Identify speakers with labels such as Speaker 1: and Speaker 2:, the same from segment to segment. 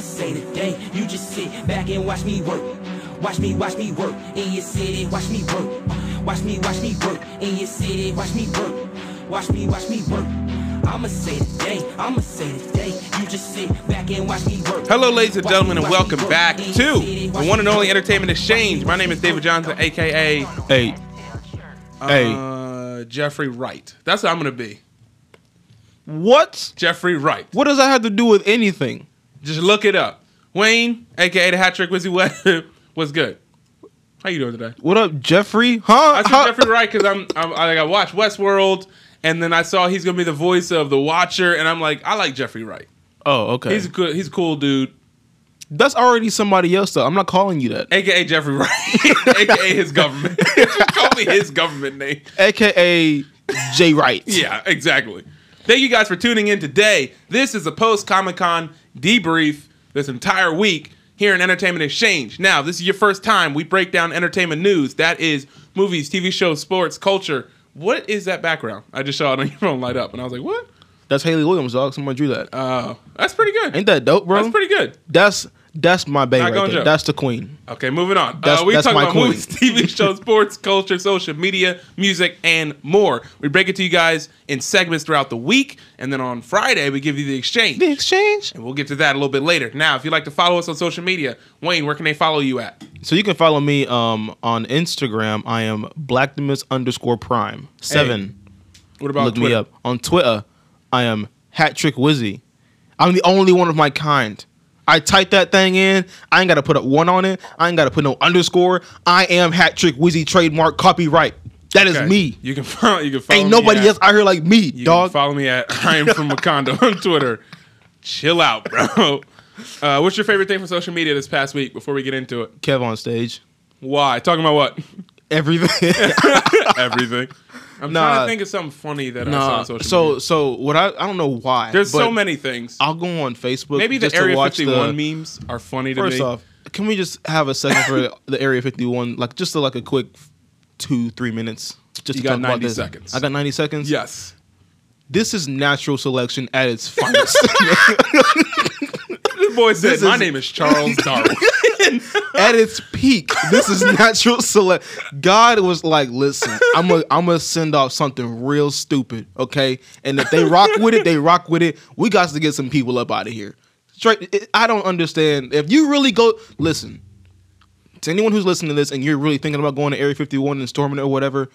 Speaker 1: say today. You just sit back and watch me work. Watch me, watch me work in your city. Watch me work. Watch me, watch me work in your city. Watch me work. Watch me, watch me work. I'ma say today. I'ma say today. You just sit back and watch me work.
Speaker 2: Hello, ladies and
Speaker 1: Watch
Speaker 2: gentlemen,
Speaker 1: me,
Speaker 2: and
Speaker 1: watch me
Speaker 2: welcome
Speaker 1: work
Speaker 2: back
Speaker 1: in your
Speaker 2: to
Speaker 1: city.
Speaker 2: the
Speaker 1: Watch
Speaker 2: one and
Speaker 1: me
Speaker 2: only
Speaker 1: work.
Speaker 2: Entertainment Exchange. My name is David Johnson, aka
Speaker 3: Hey, hey,
Speaker 2: uh, Jeffrey Wright. That's what I'm gonna be,
Speaker 3: what?
Speaker 2: Jeffrey Wright.
Speaker 3: What does that have to do with anything?
Speaker 2: Just look it up. Wayne, aka the Hat Trick Wizzy, what what's good? How you doing today?
Speaker 3: What up, Jeffrey? Huh?
Speaker 2: I saw
Speaker 3: Huh?
Speaker 2: Jeffrey Wright because I'm, I'm I, like, I watched Westworld, and then I saw he's gonna be the voice of the Watcher, and I'm like, I like Jeffrey Wright.
Speaker 3: Oh, okay.
Speaker 2: He's a good, he's a cool dude.
Speaker 3: That's already somebody else, though. I'm not calling you that.
Speaker 2: AKA Jeffrey Wright, AKA his government. Just call me his government name.
Speaker 3: AKA Jay Wright.
Speaker 2: Yeah, exactly. Thank you guys for tuning in today. This is a post Comic Con debrief this entire week here in Entertainment Exchange. Now, if this is your first time, we break down entertainment news. That is movies, TV shows, sports, culture. What is that background? I just saw it on your phone light up, and I was like, "What?
Speaker 3: That's Haley Williams, dog. Someone drew that.
Speaker 2: Oh, that's pretty good.
Speaker 3: Ain't that dope, bro?
Speaker 2: that's pretty good."
Speaker 3: That's that's my baby
Speaker 2: Not
Speaker 3: right
Speaker 2: gonna
Speaker 3: there.
Speaker 2: joke.
Speaker 3: That's the queen.
Speaker 2: Okay, moving on.
Speaker 3: That's-
Speaker 2: uh, we
Speaker 3: that's
Speaker 2: talk
Speaker 3: my
Speaker 2: about
Speaker 3: queen.
Speaker 2: movies, TV shows, sports, culture, social media, music, and more. We break it to you guys in segments throughout the week, and then on Friday we give you the exchange.
Speaker 3: The exchange.
Speaker 2: And we'll get to that a little bit later. Now, if you'd like to follow us on social media, Wayne, where can they follow you at?
Speaker 3: So you can follow me um on Instagram. I am Blackdemus underscore prime seven.
Speaker 2: What about
Speaker 3: Look
Speaker 2: Twitter?
Speaker 3: me up on Twitter. I am Hat Trick Wizzy. I'm the only one of my kind. I type that thing in. I ain't gotta put a one on it. I ain't gotta put no underscore. I am Hat Trick Wizzy trademark copyright. That is
Speaker 2: Okay.
Speaker 3: me.
Speaker 2: You can follow. You can follow.
Speaker 3: Ain't
Speaker 2: me
Speaker 3: nobody
Speaker 2: at-
Speaker 3: else out here like me,
Speaker 2: You
Speaker 3: dog.
Speaker 2: Can follow me at I am from Wakanda on Twitter. Chill out, bro. Uh, what's your favorite thing from social media this past week? Before we get into it,
Speaker 3: Kev on stage.
Speaker 2: why talking about what?
Speaker 3: Everything.
Speaker 2: Everything. I'm trying
Speaker 3: Nah.
Speaker 2: to think of something funny that I saw
Speaker 3: nah.
Speaker 2: on social
Speaker 3: So
Speaker 2: media.
Speaker 3: so what I I don't know why.
Speaker 2: There's
Speaker 3: but
Speaker 2: so many things.
Speaker 3: I'll go on Facebook.
Speaker 2: Maybe the
Speaker 3: just to
Speaker 2: Area
Speaker 3: watch the-
Speaker 2: 51 memes are funny to
Speaker 3: First
Speaker 2: me.
Speaker 3: off, can we just have a second for the Area 51? Like just like a quick two, three minutes. Just to
Speaker 2: You got
Speaker 3: talk
Speaker 2: 90
Speaker 3: about this.
Speaker 2: seconds.
Speaker 3: I got 90 seconds.
Speaker 2: yes.
Speaker 3: This is natural selection at its finest.
Speaker 2: The boy said,
Speaker 3: This
Speaker 2: "My
Speaker 3: is-
Speaker 2: name is Charles Darwin."
Speaker 3: at its peak, this is natural select. God was like, listen, I'm gonna I'm gonna send off something real stupid, okay? And if they rock with it, they rock with it. We got to get some people up out of here. Straight, it- I don't understand. If you really go, listen. To anyone who's listening to this and you're really thinking about going to Area 51 and storming it or whatever,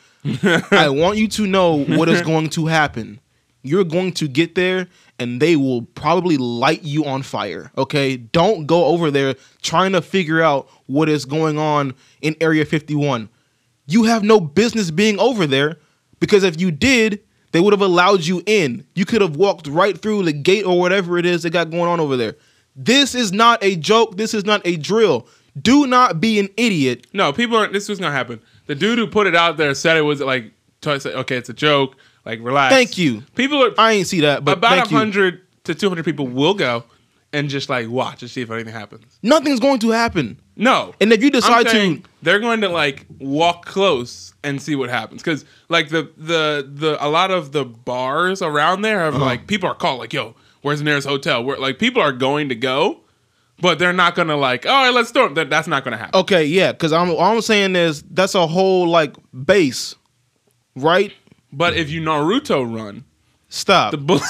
Speaker 3: I want you to know what is going to happen. You're going to get there and they will probably light you on fire. Okay? Don't go over there trying to figure out what is going on in Area 51. You have no business being over there because if you did, they would have allowed you in. You could have walked right through the gate or whatever it is they got going on over there. This is not a joke. This is not a drill. Do not be an idiot.
Speaker 2: No, people aren't. This was gonna happen. The dude who put it out there said it was like, t- said, okay, it's a joke. Like, relax.
Speaker 3: Thank you.
Speaker 2: People are
Speaker 3: I ain't see that, but
Speaker 2: about
Speaker 3: thank you.
Speaker 2: hundred to two hundred people will go and just like watch and see if anything happens.
Speaker 3: Nothing's going to happen.
Speaker 2: No,
Speaker 3: And if you
Speaker 2: I'm
Speaker 3: decide
Speaker 2: saying
Speaker 3: to
Speaker 2: they're going to like walk close and see what happens because like the the the a lot of the bars around there
Speaker 3: Uh-huh.
Speaker 2: have like people are called like, yo, where's the nearest hotel? Where like people are going to go, but they're not gonna like, all right, let's storm. That, that's not gonna happen.
Speaker 3: Okay, yeah, because I'm all I'm saying is that's a whole like base, right?
Speaker 2: But if you Naruto run.
Speaker 3: Stop.
Speaker 2: The bullet.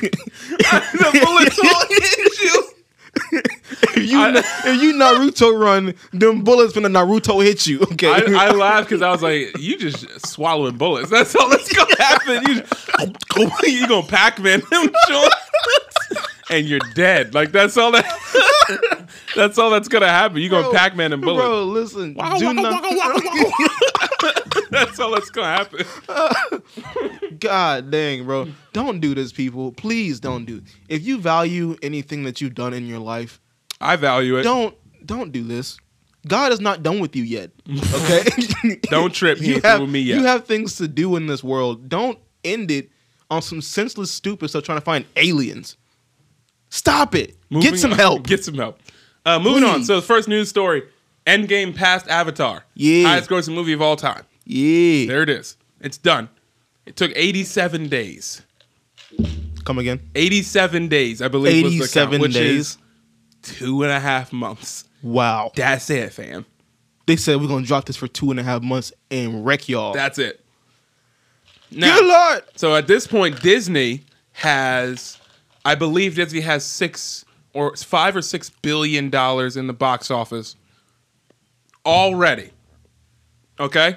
Speaker 2: the bullets all hit you.
Speaker 3: if you
Speaker 2: I-
Speaker 3: if you Naruto run, them bullets from the Naruto hit you. Okay,
Speaker 2: I, I laughed because I was like, "You just swallowing bullets. That's all that's gonna happen. You, just- you gonna Pac Man them joints, and you're dead. Like that's all that. that's all that's gonna happen. You gonna
Speaker 3: Bro,
Speaker 2: Pac Man and bullets.
Speaker 3: bro, listen, do not-
Speaker 2: That's all that's gonna happen.
Speaker 3: God dang, bro, don't do this, people. Please don't do. If you value anything that you've done in your life,
Speaker 2: I value it. Don't,
Speaker 3: don't don't do this. God is not done with you yet. Okay,
Speaker 2: trip. He
Speaker 3: you
Speaker 2: ain't through
Speaker 3: have,
Speaker 2: with me yet.
Speaker 3: you have things to do in this world. Don't end it on some senseless, stupid stuff trying to find aliens. Stop it.
Speaker 2: Moving
Speaker 3: Get some
Speaker 2: on.
Speaker 3: help.
Speaker 2: Get some help. Uh, moving on.
Speaker 3: Please.
Speaker 2: So the first news story: Endgame passed Avatar.
Speaker 3: Yeah.
Speaker 2: highest grossing movie of all time.
Speaker 3: yeah.
Speaker 2: There it is. It's done. It took 87 days.
Speaker 3: Come again.
Speaker 2: 87 days, I believe. was the count,
Speaker 3: 87
Speaker 2: which
Speaker 3: days.
Speaker 2: Is two and a half months.
Speaker 3: Wow.
Speaker 2: That's it, fam.
Speaker 3: They said we're gonna drop this for two and a half months and wreck y'all.
Speaker 2: That's it. Now,
Speaker 3: Good lord.
Speaker 2: so at this point, Disney has, I believe Disney has six or five or six billion dollars in the box office already. Okay?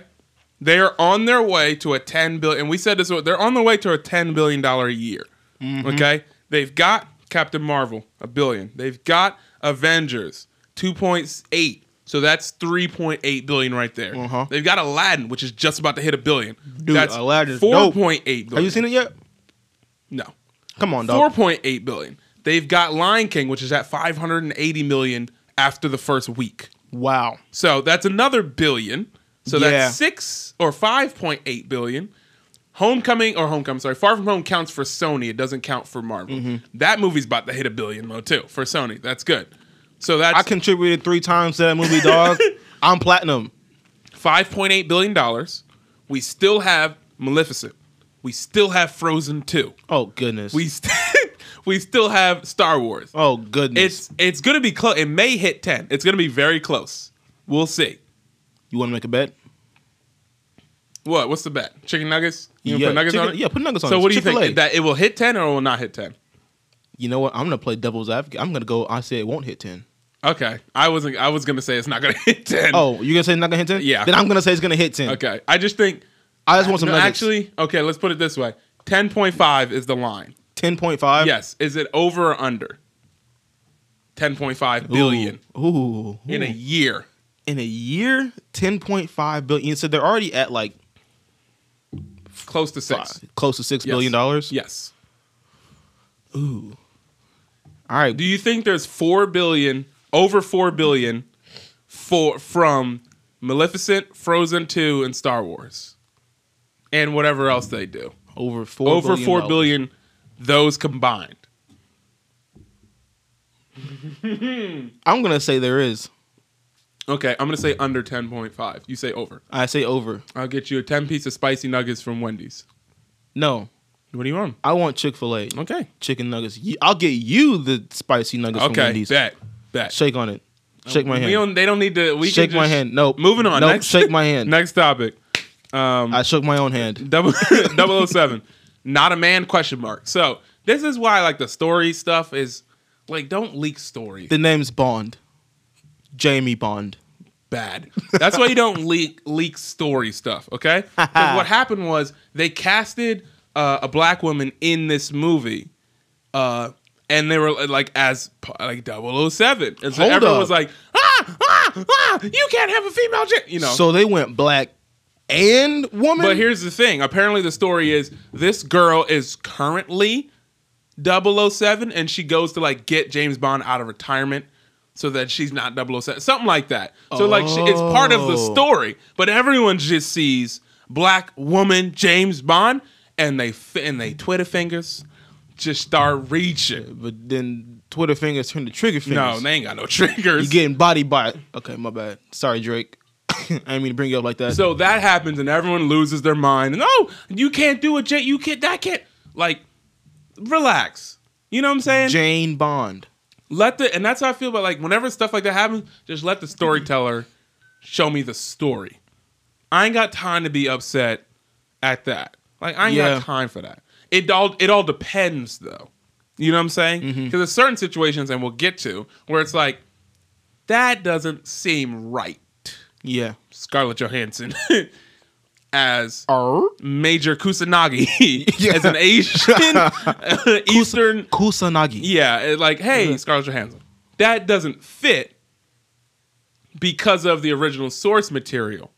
Speaker 2: They are on their way to a 10 billion, and we said this, they're on their way to a $10 billion a year.
Speaker 3: Mm-hmm.
Speaker 2: Okay? They've got Captain Marvel, a billion. They've got Avengers, 2.8. So that's 3.8 billion right there.
Speaker 3: Uh-huh.
Speaker 2: They've got Aladdin, which is just about to hit a billion.
Speaker 3: Dude,
Speaker 2: that's
Speaker 3: Aladdin's dope.
Speaker 2: 4.8 billion.
Speaker 3: Have you seen it yet?
Speaker 2: No.
Speaker 3: Come on, dog.
Speaker 2: 4.8 billion. They've got Lion King, which is at 580 million after the first week.
Speaker 3: Wow.
Speaker 2: So that's another billion. So
Speaker 3: Yeah.
Speaker 2: that's six or five point eight billion. Homecoming or Homecoming, sorry, Far From Home counts for Sony. It doesn't count for Marvel.
Speaker 3: Mm-hmm.
Speaker 2: That movie's about to hit a billion though too for Sony. That's good. So that's
Speaker 3: I contributed three times to that movie, dog. I'm platinum.
Speaker 2: five point eight billion dollars. We still have Maleficent. We still have Frozen Two.
Speaker 3: Oh goodness.
Speaker 2: We st- we still have Star Wars.
Speaker 3: oh goodness.
Speaker 2: It's it's gonna be close. It may hit ten. It's gonna be very close. We'll see.
Speaker 3: you want to make a bet?
Speaker 2: What? What's the bet? Chicken nuggets? You gonna
Speaker 3: Yeah,
Speaker 2: put nuggets
Speaker 3: chicken-
Speaker 2: on it?
Speaker 3: yeah, put nuggets on
Speaker 2: So
Speaker 3: it.
Speaker 2: what do you
Speaker 3: Chick-fil-A.
Speaker 2: think? That it will hit ten or it will not hit ten?
Speaker 3: You know what? I'm gonna play devil's advocate. I'm gonna go. I say it won't hit ten.
Speaker 2: Okay. I wasn't I was gonna say it's not gonna hit ten.
Speaker 3: Oh, you gonna say it's not gonna hit ten?
Speaker 2: Yeah.
Speaker 3: Then I'm gonna say it's gonna hit ten.
Speaker 2: Okay. I just think
Speaker 3: I just want some
Speaker 2: no,
Speaker 3: nuggets.
Speaker 2: actually okay, let's put it this way. Ten point five is the line.
Speaker 3: ten point five.
Speaker 2: Yes. Is it over or under? Ten point five billion
Speaker 3: Ooh. Ooh.
Speaker 2: in a year.
Speaker 3: in a year, ten point five billion. So they're already at like
Speaker 2: Close to six.
Speaker 3: five- close to six
Speaker 2: Yes.
Speaker 3: billion dollars.
Speaker 2: Yes.
Speaker 3: Ooh. All right.
Speaker 2: Do you think there's four billion over four billion for from Maleficent, Frozen Two, and Star Wars? And whatever else they do.
Speaker 3: over four.
Speaker 2: over four
Speaker 3: dollars.
Speaker 2: billion, those combined.
Speaker 3: I'm gonna say there is.
Speaker 2: Okay, I'm gonna say under ten point five. You say over.
Speaker 3: I say over.
Speaker 2: I'll get you a ten piece of spicy nuggets from Wendy's.
Speaker 3: No,
Speaker 2: What do you want?
Speaker 3: I want Chick Fil A
Speaker 2: Okay.
Speaker 3: chicken nuggets. You- I'll get you the spicy nuggets from
Speaker 2: Okay.
Speaker 3: Wendy's.
Speaker 2: Bet. Bet.
Speaker 3: Shake on it. Shake my
Speaker 2: We
Speaker 3: hand.
Speaker 2: don't. They don't need to. We
Speaker 3: Shake
Speaker 2: can
Speaker 3: my
Speaker 2: just-
Speaker 3: hand. Nope.
Speaker 2: Moving on.
Speaker 3: Nope.
Speaker 2: Next,
Speaker 3: Shake my hand.
Speaker 2: Next topic. Um,
Speaker 3: I shook my own hand.
Speaker 2: double 007 not a man question mark so this is why like the story stuff is like don't leak stories
Speaker 3: The name's Bond. Jamie Bond.
Speaker 2: bad that's why you don't leak leak story stuff okay 'Cause what happened was they casted uh, a black woman in this movie uh and they were like as like 007 and so
Speaker 3: Hold
Speaker 2: everyone
Speaker 3: up.
Speaker 2: was like ah ah ah you can't have a female gen-, you know
Speaker 3: So they went black and woman.
Speaker 2: But here's the thing. Apparently, the story is this girl is currently 007, and she goes to like get James Bond out of retirement so that she's not 007, something like that. So like she, it's part of the
Speaker 3: Oh.
Speaker 2: story, but everyone just sees black woman James Bond, and they fi- and they Twitter fingers just start reaching.
Speaker 3: But then Twitter fingers turned to trigger
Speaker 2: No,
Speaker 3: fingers.
Speaker 2: they ain't got no triggers.
Speaker 3: You're getting body by. Okay, my bad. Sorry, Drake. I didn't mean to bring you up like that.
Speaker 2: So that happens, and everyone loses their mind. And oh, you can't do it, Jay. You can't. That can't. Like, relax. You know what I'm saying?
Speaker 3: Jane Bond.
Speaker 2: let the and that's how I feel about like whenever stuff like that happens, just let the storyteller show me the story. I ain't got time to be upset at that. Like I ain't
Speaker 3: Yeah.
Speaker 2: got time for that. It all it all depends though. You know what I'm saying? Because there's certain situations, and we'll get to where it's like that doesn't seem right.
Speaker 3: Yeah.
Speaker 2: Scarlett Johansson as
Speaker 3: Arr.
Speaker 2: Major Kusanagi
Speaker 3: Yeah.
Speaker 2: as an Asian uh, Eastern
Speaker 3: Kusanagi.
Speaker 2: yeah, it- like, hey, Scarlett Johansson. That doesn't fit because of the original source material.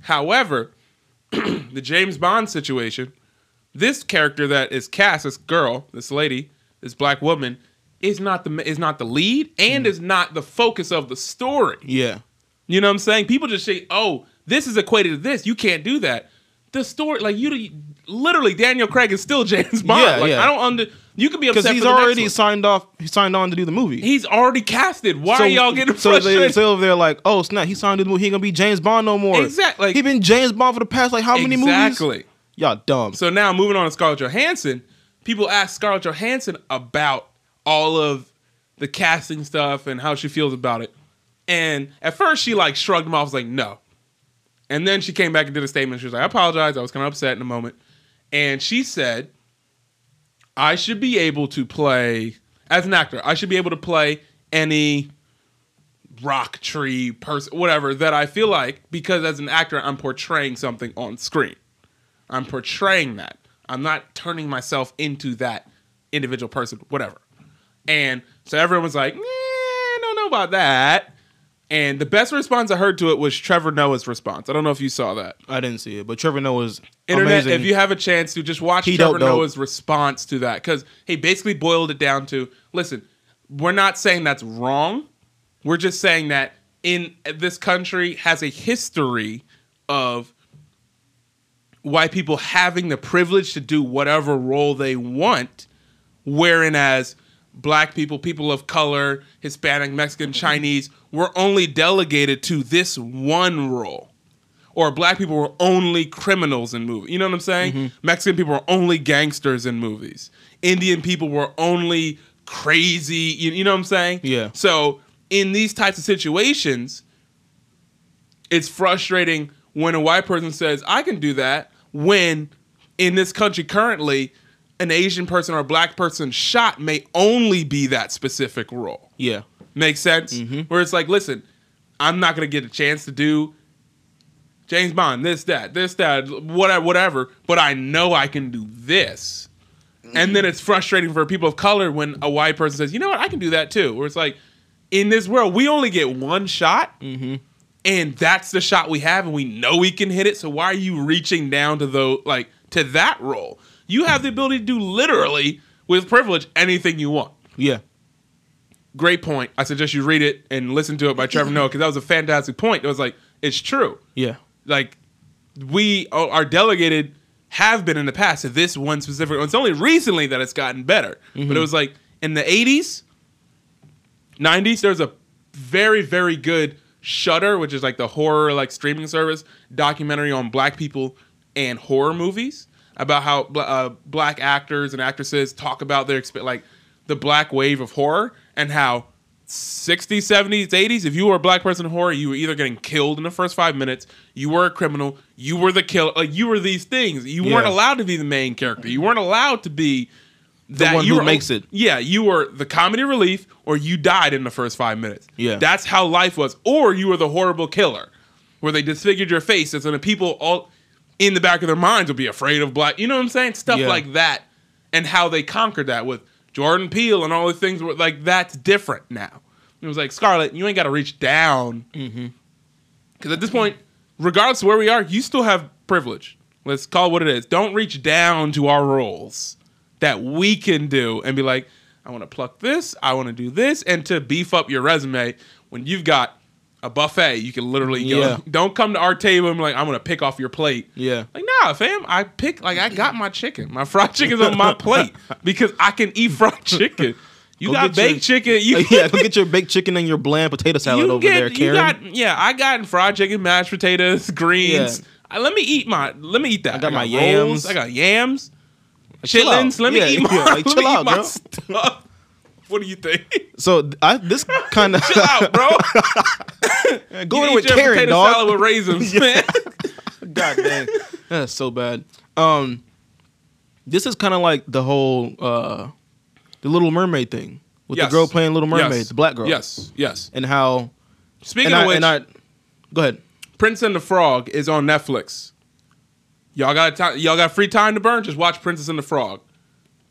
Speaker 2: However, the James Bond situation, this character that is cast, this girl, this lady, this black woman, is not the is not the lead and is not the focus of the story.
Speaker 3: Yeah.
Speaker 2: You know what I'm saying? People just say, "Oh, this is equated to this. You can't do that." The story, like you, literally, Daniel Craig is still James Bond.
Speaker 3: Yeah,
Speaker 2: like
Speaker 3: yeah.
Speaker 2: I don't under. You could be upset
Speaker 3: Because
Speaker 2: for
Speaker 3: he's
Speaker 2: the next
Speaker 3: already
Speaker 2: one.
Speaker 3: signed off. He signed on to do the movie.
Speaker 2: He's already casted. Why
Speaker 3: So-
Speaker 2: are y'all getting
Speaker 3: so They,
Speaker 2: frustrated?
Speaker 3: so they're like, oh snap, he signed to the movie. He ain't gonna be James Bond no more.
Speaker 2: Exactly, like-
Speaker 3: he been James Bond for the past like how many movies?
Speaker 2: Exactly.
Speaker 3: Y'all dumb.
Speaker 2: Um, So now moving on to Scarlett Johansson, people ask Scarlett Johansson about all of the casting stuff and how she feels about it. And at first she like shrugged him off, was like, no. And then she came back and did a statement. She was like, I apologize. I was kind of upset in a moment. And she said, I should be able to play as an actor, I should be able to play any rock tree person whatever that I feel like because as an actor I'm portraying something on screen. I'm portraying that. I'm not turning myself into that individual person, whatever. And so everyone was like, eh, I don't know about that. And the best response I heard to it was Trevor Noah's response. I don't know if you saw that.
Speaker 3: I didn't see it, but Trevor Noah's
Speaker 2: Internet,
Speaker 3: amazing.
Speaker 2: if you have a chance to just watch
Speaker 3: He
Speaker 2: Trevor
Speaker 3: don't know.
Speaker 2: Noah's response to that, because he basically boiled it down to listen, we're not saying that's wrong. We're just saying that in this country has a history of white people having the privilege to do whatever role they want, wherein as black people, people of color, Hispanic, Mexican, Chinese, were only delegated to this one role or black people were only criminals in movies. You know what I'm saying? Mexican people were only gangsters in movies. Indian people were only crazy. You, you know what I'm saying?
Speaker 3: Yeah.
Speaker 2: So in these types of situations, it's frustrating when a white person says, I can do that, when in this country currently, an Asian person or a black person shot may only be that specific role.
Speaker 3: yeah,
Speaker 2: Makes sense? Where it's like, listen, I'm not gonna get a chance to do James Bond, this, that, this, that, whatever, whatever, but I know I can do this. And then it's frustrating for people of color when a white person says, you know what, I can do that too. Where it's like, in this world, we only get one shot, and that's the shot we have, and we know we can hit it. So why are you reaching down to the like to that role? You have the ability to do literally with privilege anything you want
Speaker 3: yeah.
Speaker 2: great point. I suggest you read it and listen to it by Trevor Noah because that was a fantastic point. It was like it's true.
Speaker 3: Yeah.
Speaker 2: Like we are are delegated have been in the past to this one specific. It's only recently that it's gotten better, but it was like in the eighties, nineties. There was a very very good Shutter, which is like the horror like streaming service documentary on black people and horror movies about how bl- uh, black actors and actresses talk about their exp- like the black wave of horror and how 60s, 70s, 80s, if you were a black person in horror, you were either getting killed in the first five minutes, you were a criminal, you were the killer, like you were these things. You weren't
Speaker 3: Yeah.
Speaker 2: allowed to be the main character. You weren't allowed to be that
Speaker 3: one
Speaker 2: you
Speaker 3: who
Speaker 2: were-
Speaker 3: makes it.
Speaker 2: Yeah, you were the comedy relief, or you died in the first five minutes.
Speaker 3: Yeah.
Speaker 2: that's how life was. Or you were the horrible killer, where they disfigured your face, and so the people all in the back of their minds would be afraid of black. You know what I'm saying? Stuff
Speaker 3: Yeah.
Speaker 2: like that, and how they conquered that with Jordan Peele and all the things. Were, like that's different now. It was like Scarlett, you ain't got to reach down because at this point, regardless of where we are, you still have privilege. Let's call it what it is. Don't reach down to our roles that we can do and be like, I want to pluck this, I want to do this, and to beef up your resume when you've got a buffet, you can literally go.
Speaker 3: Yeah.
Speaker 2: Don't come to our table and be like, I'm going to pick off your plate.
Speaker 3: Yeah.
Speaker 2: Like, nah, fam, I pick, like, I got my chicken. My fried chicken's on my plate because I can eat fried chicken. You
Speaker 3: Go
Speaker 2: got
Speaker 3: get your-
Speaker 2: baked chicken. You,
Speaker 3: yeah, go get your baked chicken and your bland potato salad over there, Karen.
Speaker 2: You got, yeah, I got fried chicken, mashed potatoes, greens.
Speaker 3: Yeah.
Speaker 2: I, let me eat my. Let me eat that. I
Speaker 3: got my
Speaker 2: rolls,
Speaker 3: yams.
Speaker 2: I got yams.
Speaker 3: chill out.
Speaker 2: Chitlins. Let me
Speaker 3: Yeah,
Speaker 2: eat my.
Speaker 3: yeah, like,
Speaker 2: let
Speaker 3: chill
Speaker 2: me eat
Speaker 3: out,
Speaker 2: my
Speaker 3: bro.
Speaker 2: stuff. What do you think?
Speaker 3: so th- I, this kind of
Speaker 2: chill out, bro.
Speaker 3: go
Speaker 2: You
Speaker 3: in
Speaker 2: eat
Speaker 3: with
Speaker 2: your
Speaker 3: Karen,
Speaker 2: potato
Speaker 3: dog.
Speaker 2: salad with raisins, man.
Speaker 3: God dang. That's so bad. Um this is kind of like the whole uh the Little Mermaid thing with
Speaker 2: Yes.
Speaker 3: the girl playing Little Mermaid,
Speaker 2: Yes.
Speaker 3: the black girl.
Speaker 2: Yes, yes.
Speaker 3: And how
Speaker 2: Speaking
Speaker 3: and
Speaker 2: of
Speaker 3: I,
Speaker 2: which,
Speaker 3: and I go ahead.
Speaker 2: Prince and the Frog is on Netflix. Y'all got time, y'all got free time to burn? Just watch Princess and the Frog.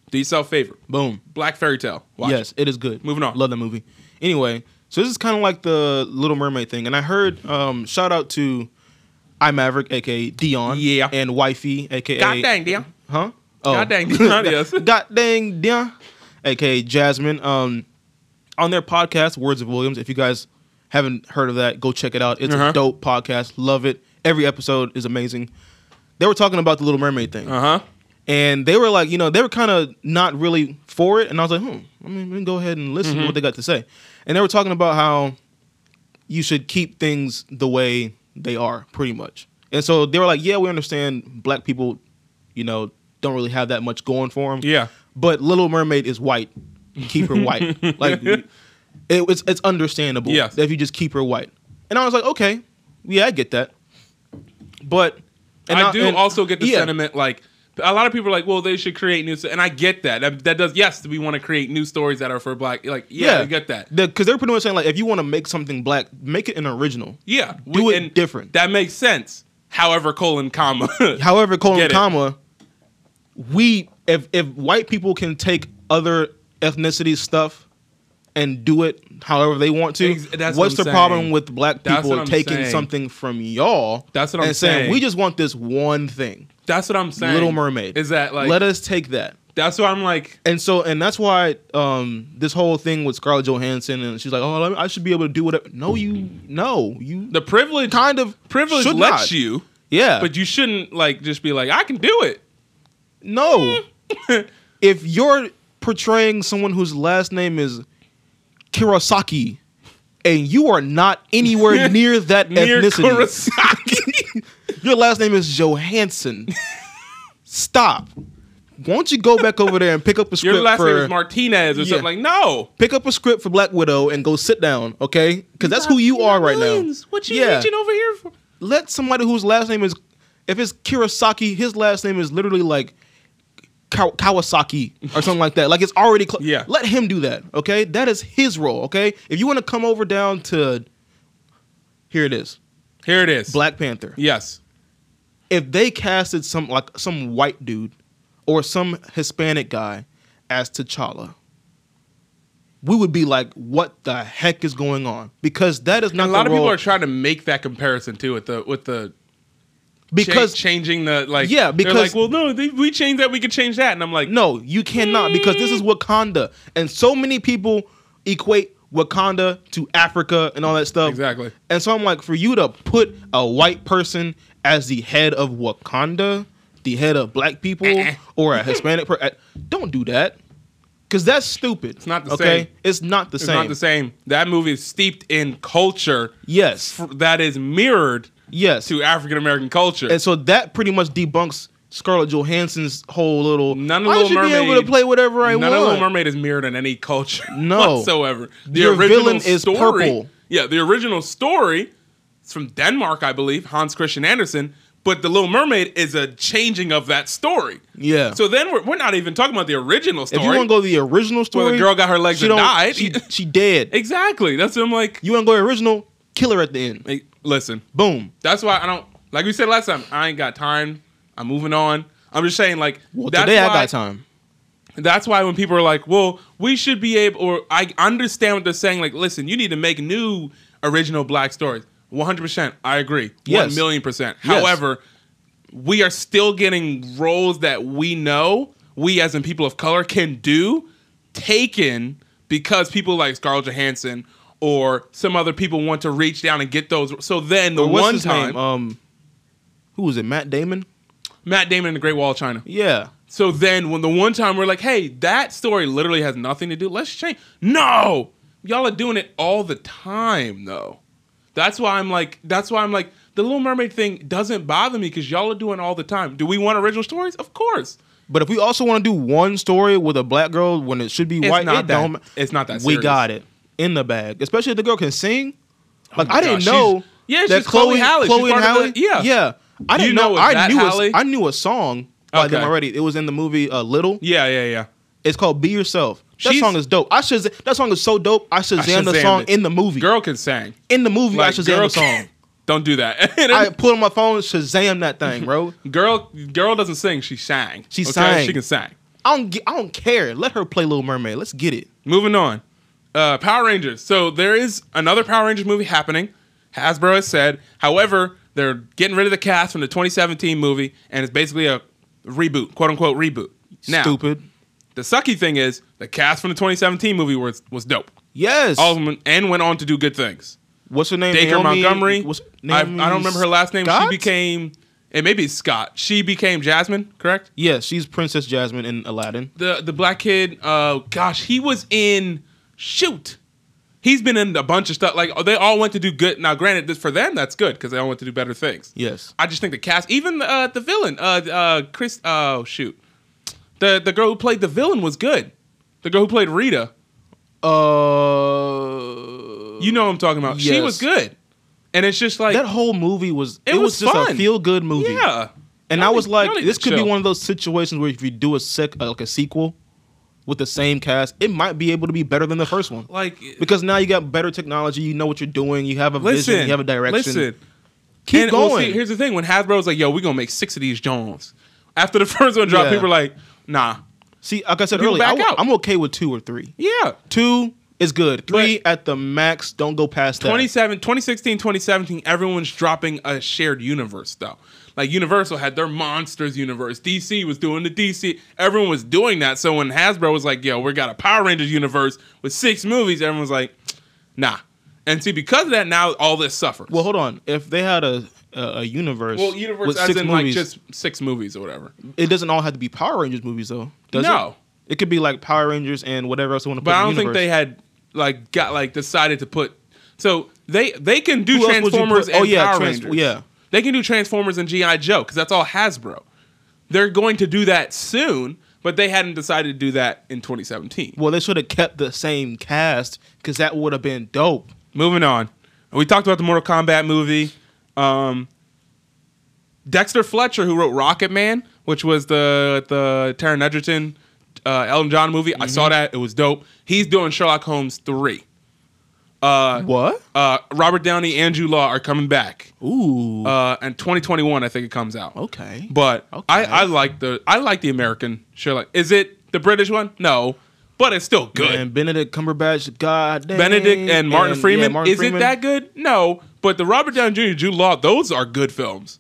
Speaker 2: Do yourself a favor.
Speaker 3: Boom.
Speaker 2: Black fairy tale. Watch
Speaker 3: Yes, it is good.
Speaker 2: Moving on.
Speaker 3: Love that movie. Anyway, so this is kind of like the Little Mermaid thing. And I heard um shout out to I Maverick, aka Dion.
Speaker 2: Yeah.
Speaker 3: And Wifey, aka
Speaker 2: God dang, damn.
Speaker 3: Huh?
Speaker 2: God dang, Dion, yes.
Speaker 3: God dang, Dion. AKA Jasmine. Um, on their podcast, Words of Williams. If you guys haven't heard of that, go check it out. It's
Speaker 2: Uh-huh.
Speaker 3: a dope podcast. Love it. Every episode is amazing. They were talking about the Little Mermaid thing.
Speaker 2: Uh huh.
Speaker 3: And they were like, you know, they were kind of not really for it. And I was like, hmm, I mean, we can go ahead and
Speaker 2: Mm-hmm.
Speaker 3: listen to what they got to say. And they were talking about how you should keep things the way they are, pretty much. And so they were like, yeah, we understand black people, you know, don't really have that much going for them.
Speaker 2: Yeah.
Speaker 3: But Little Mermaid is white. keep her white. like it, it's it's understandable.
Speaker 2: Yes.
Speaker 3: that if you just keep her white. And I was like, okay, yeah, I get that. But and
Speaker 2: I do
Speaker 3: and-
Speaker 2: also get the
Speaker 3: yeah.
Speaker 2: sentiment like a lot of people are like, well, they should create new, and I get that. That, that does yes, we want to create new stories that are for black. Like yeah, I get that.
Speaker 3: Because they're pretty much saying like, if you want to make something black, make it an original.
Speaker 2: Yeah,
Speaker 3: Do it different.
Speaker 2: That makes sense. However, colon comma.
Speaker 3: However, colon
Speaker 2: Get it.
Speaker 3: comma, we if if white people can take other ethnicity stuff and do it however they want to,
Speaker 2: Ex- that's what
Speaker 3: what's
Speaker 2: I'm
Speaker 3: the problem
Speaker 2: saying.
Speaker 3: with black
Speaker 2: That's what
Speaker 3: people
Speaker 2: I'm
Speaker 3: taking
Speaker 2: saying.
Speaker 3: something from y'all
Speaker 2: That's what
Speaker 3: and
Speaker 2: I'm saying.
Speaker 3: we just want this one thing,
Speaker 2: that's what I'm saying.
Speaker 3: Little Mermaid.
Speaker 2: is that like
Speaker 3: let us take that.
Speaker 2: that's what I'm like.
Speaker 3: And so, and that's why um, this whole thing with Scarlett Johansson, and she's like, "Oh, let me- I should be able to do whatever." No, you, no, you.
Speaker 2: The privilege
Speaker 3: kind of
Speaker 2: privilege
Speaker 3: should
Speaker 2: lets
Speaker 3: not.
Speaker 2: you,
Speaker 3: yeah,
Speaker 2: but you shouldn't like just be like I can do it.
Speaker 3: No. if you're portraying someone whose last name is Kirosaki and you are not anywhere near that
Speaker 2: Near
Speaker 3: ethnicity,
Speaker 2: Kurosaki.
Speaker 3: your last name is Johansson. Stop. Won't you go back over there and pick up a script
Speaker 2: Your last
Speaker 3: for
Speaker 2: name is Martinez or
Speaker 3: Yeah.
Speaker 2: something like no.
Speaker 3: pick up a script for Black Widow and go sit down, okay? Because that's who you are right now.
Speaker 2: What you
Speaker 3: Yeah.
Speaker 2: reaching over here for?
Speaker 3: Let somebody whose last name is, if it's Kirosaki, his last name is literally like Kaw- Kawasaki or something like that. Like it's already close.
Speaker 2: Yeah.
Speaker 3: Let him do that. Okay. That is his role. Okay. If you want to come over down to, here it is,
Speaker 2: Here it is.
Speaker 3: Black Panther.
Speaker 2: Yes.
Speaker 3: If they casted some like some white dude or some Hispanic guy as T'Challa. We would be like, what the heck is going on? Because that is not
Speaker 2: a lot
Speaker 3: the
Speaker 2: of people
Speaker 3: role-
Speaker 2: are trying to make that comparison too with the with the
Speaker 3: because
Speaker 2: cha- changing the like
Speaker 3: Yeah,
Speaker 2: they're like
Speaker 3: because-
Speaker 2: well no they, we change that we could change that and I'm like
Speaker 3: No, you cannot because this is Wakanda, and so many people equate Wakanda to Africa and all that stuff.
Speaker 2: Exactly.
Speaker 3: And so I'm like, for you to put a white person as the head of Wakanda, the head of black people,
Speaker 2: Uh-uh.
Speaker 3: or a Hispanic person, don't do that because that's stupid. It's
Speaker 2: not the same.
Speaker 3: It's not the
Speaker 2: it's
Speaker 3: same.
Speaker 2: not the same that movie is steeped in culture
Speaker 3: Yes.
Speaker 2: f- that is mirrored
Speaker 3: Yes.
Speaker 2: to African American culture
Speaker 3: And so that pretty much debunks Scarlett Johansson's whole little.
Speaker 2: None of
Speaker 3: I
Speaker 2: Little
Speaker 3: should be able
Speaker 2: Mermaid-
Speaker 3: to play whatever I
Speaker 2: none
Speaker 3: want.
Speaker 2: of Little Mermaid is mirrored in any culture
Speaker 3: No.
Speaker 2: whatsoever the
Speaker 3: Your
Speaker 2: original
Speaker 3: villain is
Speaker 2: story,
Speaker 3: purple.
Speaker 2: yeah the original story it's from Denmark I believe Hans Christian Andersen but the Little Mermaid is a changing of that story
Speaker 3: Yeah.
Speaker 2: So then we're, we're not even talking about the original
Speaker 3: If
Speaker 2: story.
Speaker 3: you want to go to the original story,
Speaker 2: Where the girl got her legs
Speaker 3: she
Speaker 2: and
Speaker 3: don't-
Speaker 2: died.
Speaker 3: She, she dead.
Speaker 2: exactly. That's what I'm like.
Speaker 3: You want to go original? Kill her at the end.
Speaker 2: Hey, listen,
Speaker 3: Boom.
Speaker 2: that's why I don't. Like we said last time, I ain't got time. I'm moving on. I'm just saying, like,
Speaker 3: Well,
Speaker 2: that's
Speaker 3: today
Speaker 2: why,
Speaker 3: I got time.
Speaker 2: That's why when people are like, well, we should be able, or I understand what they're saying. Like, listen, you need to make new original black stories. 100%. I agree.
Speaker 3: Yes.
Speaker 2: 1 million percent.
Speaker 3: Yes.
Speaker 2: However, we are still getting roles that we know we as in people of color can do taken because people like Scarlett Johansson or some other people want to reach down and get those. So then the
Speaker 3: Or what's
Speaker 2: one
Speaker 3: his
Speaker 2: time
Speaker 3: name? Um, who was it? Matt Damon.
Speaker 2: Matt Damon and the Great Wall of China.
Speaker 3: Yeah.
Speaker 2: So then when the one time we're like, hey, that story literally has nothing to do, let's change. No! Y'all are doing it all the time though. That's why I'm like, that's why I'm like, the Little Mermaid thing doesn't bother me because y'all are doing it all the time. Do we want original stories? Of course.
Speaker 3: But if we also want to do one story with a black girl when it should be
Speaker 2: It's
Speaker 3: white,
Speaker 2: not
Speaker 3: it
Speaker 2: that-
Speaker 3: don't ma-
Speaker 2: it's not that
Speaker 3: We
Speaker 2: serious. Oh
Speaker 3: got it in the bag. Especially if the girl can sing. Like
Speaker 2: my
Speaker 3: I didn't
Speaker 2: gosh,
Speaker 3: know.
Speaker 2: she's- yeah,
Speaker 3: that
Speaker 2: she's Chloe Halle. She's
Speaker 3: Chloe and
Speaker 2: part of
Speaker 3: Halle.
Speaker 2: the- yeah.
Speaker 3: Yeah. I
Speaker 2: Do
Speaker 3: didn't
Speaker 2: you
Speaker 3: know.
Speaker 2: know what
Speaker 3: I
Speaker 2: that
Speaker 3: knew.
Speaker 2: Halle-
Speaker 3: A, I knew a song by them
Speaker 2: Okay.
Speaker 3: already. It was in the movie uh, Little.
Speaker 2: Yeah, yeah, yeah.
Speaker 3: It's called "Be Yourself." That
Speaker 2: She's-
Speaker 3: song is dope. I should. That song is so dope. I should
Speaker 2: I
Speaker 3: Shazam the
Speaker 2: Shazammed
Speaker 3: song
Speaker 2: it.
Speaker 3: in the movie.
Speaker 2: Girl can sing.
Speaker 3: in the movie, I Shazam
Speaker 2: girl
Speaker 3: the song.
Speaker 2: Don't do that.
Speaker 3: I put on my phone, Shazam that thing, bro.
Speaker 2: girl girl doesn't sing, she sang.
Speaker 3: She sang.
Speaker 2: She can sing.
Speaker 3: I don't. ge- I don't care. Let her play Little Mermaid. Let's get it.
Speaker 2: Moving on. Uh, Power Rangers. So there is another Power Rangers movie happening. Hasbro has said. However, they're getting rid of the cast from the 2017 movie, and it's basically a reboot, quote unquote reboot. Now,
Speaker 3: Stupid.
Speaker 2: the sucky thing is the cast from the 2017 movie was was dope.
Speaker 3: Yes.
Speaker 2: All of them and went on to do good things.
Speaker 3: What's her name?
Speaker 2: Baker
Speaker 3: Naomi-
Speaker 2: Montgomery.
Speaker 3: What's,
Speaker 2: I, I don't remember her last name.
Speaker 3: Scott?
Speaker 2: She became, and maybe it's Scott. She became Jasmine, correct?
Speaker 3: Yeah, she's Princess Jasmine in Aladdin.
Speaker 2: the the black kid. Uh, gosh, he was in shoot. He's been in a bunch of stuff. Like oh, they all went to do good. Now, granted, this for them that's good because they all went to do better things.
Speaker 3: Yes.
Speaker 2: I just think the cast, even uh, the villain, uh, uh, Chris. Oh shoot, the the girl who played the villain was good. The girl who played Rita.
Speaker 3: Uh,
Speaker 2: You know what I'm talking about. She
Speaker 3: Yes.
Speaker 2: was good. And it's just like
Speaker 3: that whole movie was
Speaker 2: It
Speaker 3: it,
Speaker 2: was
Speaker 3: was, just
Speaker 2: fun.
Speaker 3: a feel good movie.
Speaker 2: Yeah.
Speaker 3: And I
Speaker 2: Y'all
Speaker 3: was
Speaker 2: need-
Speaker 3: like,
Speaker 2: y'all need
Speaker 3: this
Speaker 2: to
Speaker 3: could be
Speaker 2: chill.
Speaker 3: one of those situations where if you do a sec uh, like a sequel with the same cast, it might be able to be better than the first one.
Speaker 2: like
Speaker 3: Because now you got better technology, you know what you're doing, you have a vision, you have a direction.
Speaker 2: Listen.
Speaker 3: Keep
Speaker 2: And, well,
Speaker 3: going.
Speaker 2: see, here's the thing: when Hasbro's like, "Yo, we're gonna make six of these Jones," after the first one dropped,
Speaker 3: Yeah.
Speaker 2: people are like, "Nah,
Speaker 3: See, like I said
Speaker 2: People
Speaker 3: earlier, I
Speaker 2: back out.
Speaker 3: am okay with two or three.
Speaker 2: yeah."
Speaker 3: Two is good. Three at the max. Don't go past that.
Speaker 2: 27, 2016, 2017, everyone's dropping a shared universe though. Like Universal had their Monsters universe, DC was doing the DC. Everyone was doing that. So when Hasbro was like, "Yo, we got a Power Rangers universe with six movies," everyone was like, "Nah." And see, because of that, now all this suffers.
Speaker 3: Well, hold on. If they had a a, a universe,
Speaker 2: well, universe
Speaker 3: with
Speaker 2: as
Speaker 3: six
Speaker 2: in
Speaker 3: movies,
Speaker 2: like just six movies or whatever.
Speaker 3: it doesn't all have to be Power Rangers movies though. Does
Speaker 2: No.
Speaker 3: it? It could be like Power Rangers and whatever else they want to put.
Speaker 2: But I
Speaker 3: in
Speaker 2: don't
Speaker 3: the
Speaker 2: think they
Speaker 3: universe.
Speaker 2: had like got like decided to put. So they they can do
Speaker 3: Who else would you
Speaker 2: Transformers
Speaker 3: put-
Speaker 2: and
Speaker 3: oh, yeah,
Speaker 2: Power
Speaker 3: Trans-
Speaker 2: Rangers.
Speaker 3: yeah.
Speaker 2: they can do Transformers and GI Joe because that's all Hasbro. They're going to do that soon, but they hadn't decided to do that in 2017.
Speaker 3: Well, they should have kept the same cast because that would have been dope.
Speaker 2: Moving on, we talked about the Mortal Kombat movie. Um, Dexter Fletcher, who wrote Rocket Man, which was the the Taron Egerton, uh, Elton John movie, I saw that. It was dope. He's doing Sherlock Holmes three.
Speaker 3: What?
Speaker 2: uh, Robert Downey and Jude Law are coming back.
Speaker 3: Ooh.
Speaker 2: Uh, and 2021, I think it comes out.
Speaker 3: okay.
Speaker 2: But I,
Speaker 3: Okay.
Speaker 2: I like the I like the American Sherlock. Is it the British one? No, but it's still good.
Speaker 3: And Benedict Cumberbatch, God dang.
Speaker 2: Benedict and Martin
Speaker 3: yeah,
Speaker 2: Freeman.
Speaker 3: Martin
Speaker 2: is
Speaker 3: Freeman.
Speaker 2: it that good? No, but the Robert Downey Jr. Jude Law, those are good films.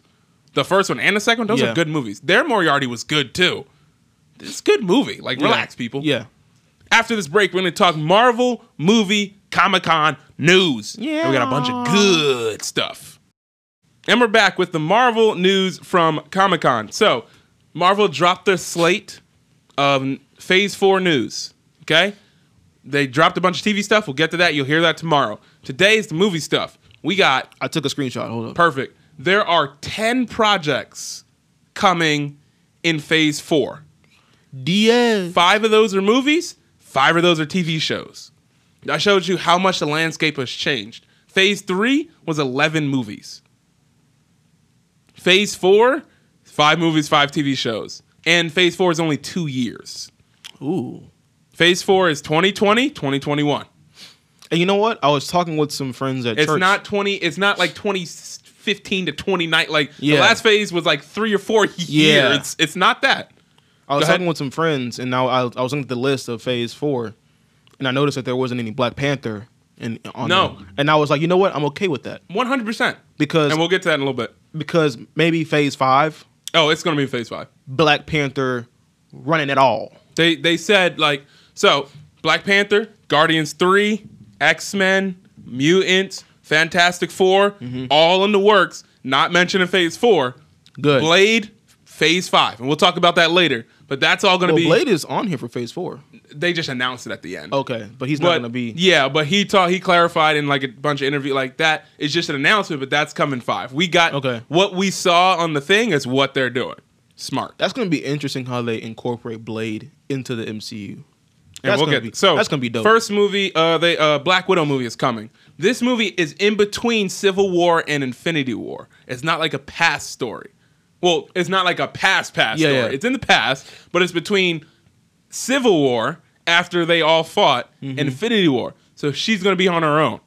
Speaker 2: The first one and the second one, those
Speaker 3: Yeah.
Speaker 2: are good movies. Their Moriarty was good too. It's a good movie. Like
Speaker 3: Yeah.
Speaker 2: relax, people.
Speaker 3: Yeah.
Speaker 2: After this break, we're going to talk Marvel movie Comic Con news.
Speaker 3: Yeah.
Speaker 2: And we got a bunch of good stuff. And we're back with the Marvel news from Comic Con. So, Marvel dropped their slate of Phase 4 news. Okay? They dropped a bunch of TV stuff. We'll get to that. You'll hear that tomorrow. Today is the movie stuff. We got
Speaker 3: I took a screenshot. Hold up.
Speaker 2: Perfect. There are 10 projects coming in phase four.
Speaker 3: Diaz.
Speaker 2: Five of those are movies, five of those are TV shows. I showed you how much the landscape has changed. Phase three was 11 movies. Phase four, five movies, five TV shows. And phase four is only two years.
Speaker 3: Ooh.
Speaker 2: Phase four is 2020, 2021.
Speaker 3: And you know what? I was talking with some friends at
Speaker 2: It's
Speaker 3: church.
Speaker 2: not 20, it's not like 2015 to 29. Like the
Speaker 3: Yeah.
Speaker 2: last phase was like three or four years.
Speaker 3: Yeah.
Speaker 2: It's, it's not that.
Speaker 3: I was
Speaker 2: Go ahead.
Speaker 3: talking with some friends, and now I, I was looking at the list of Phase Four, and I noticed that there wasn't any Black Panther. And on
Speaker 2: No.
Speaker 3: there. and I was like, you know what? I'm okay with that
Speaker 2: 100%.
Speaker 3: because
Speaker 2: And we'll get to that in a little bit.
Speaker 3: because maybe Phase Five,
Speaker 2: Oh, it's going to be phase five.
Speaker 3: Black Panther running at all.
Speaker 2: They they said like so Black Panther, Guardians 3, X-Men, Mutants, Fantastic 4,
Speaker 3: Mm-hmm.
Speaker 2: all in the works, not mentioning Phase 4.
Speaker 3: Good.
Speaker 2: Blade Phase 5. And we'll talk about that later, but that's all going to
Speaker 3: well,
Speaker 2: be
Speaker 3: Blade is on here for Phase Four.
Speaker 2: they just announced it at the end.
Speaker 3: Okay, but he's
Speaker 2: But,
Speaker 3: not gonna be.
Speaker 2: Yeah, but he taught he clarified in like a bunch of interview like that. It's just an announcement, but that's coming 5. We got
Speaker 3: Okay.
Speaker 2: what we saw on the thing is what they're doing. Smart.
Speaker 3: That's gonna be interesting how they incorporate Blade into the MCU.
Speaker 2: And
Speaker 3: That's
Speaker 2: we'll
Speaker 3: gonna
Speaker 2: get
Speaker 3: be,
Speaker 2: so
Speaker 3: that's gonna be dope.
Speaker 2: First movie, uh, they uh, Black Widow movie is coming. This movie is in between Civil War and Infinity War. It's not like a past story. Well, it's not like a past past
Speaker 3: Yeah,
Speaker 2: story.
Speaker 3: yeah.
Speaker 2: It's in the past, but it's between Civil War after they all fought
Speaker 3: Mm-hmm.
Speaker 2: and Infinity War. So she's gonna be on her own.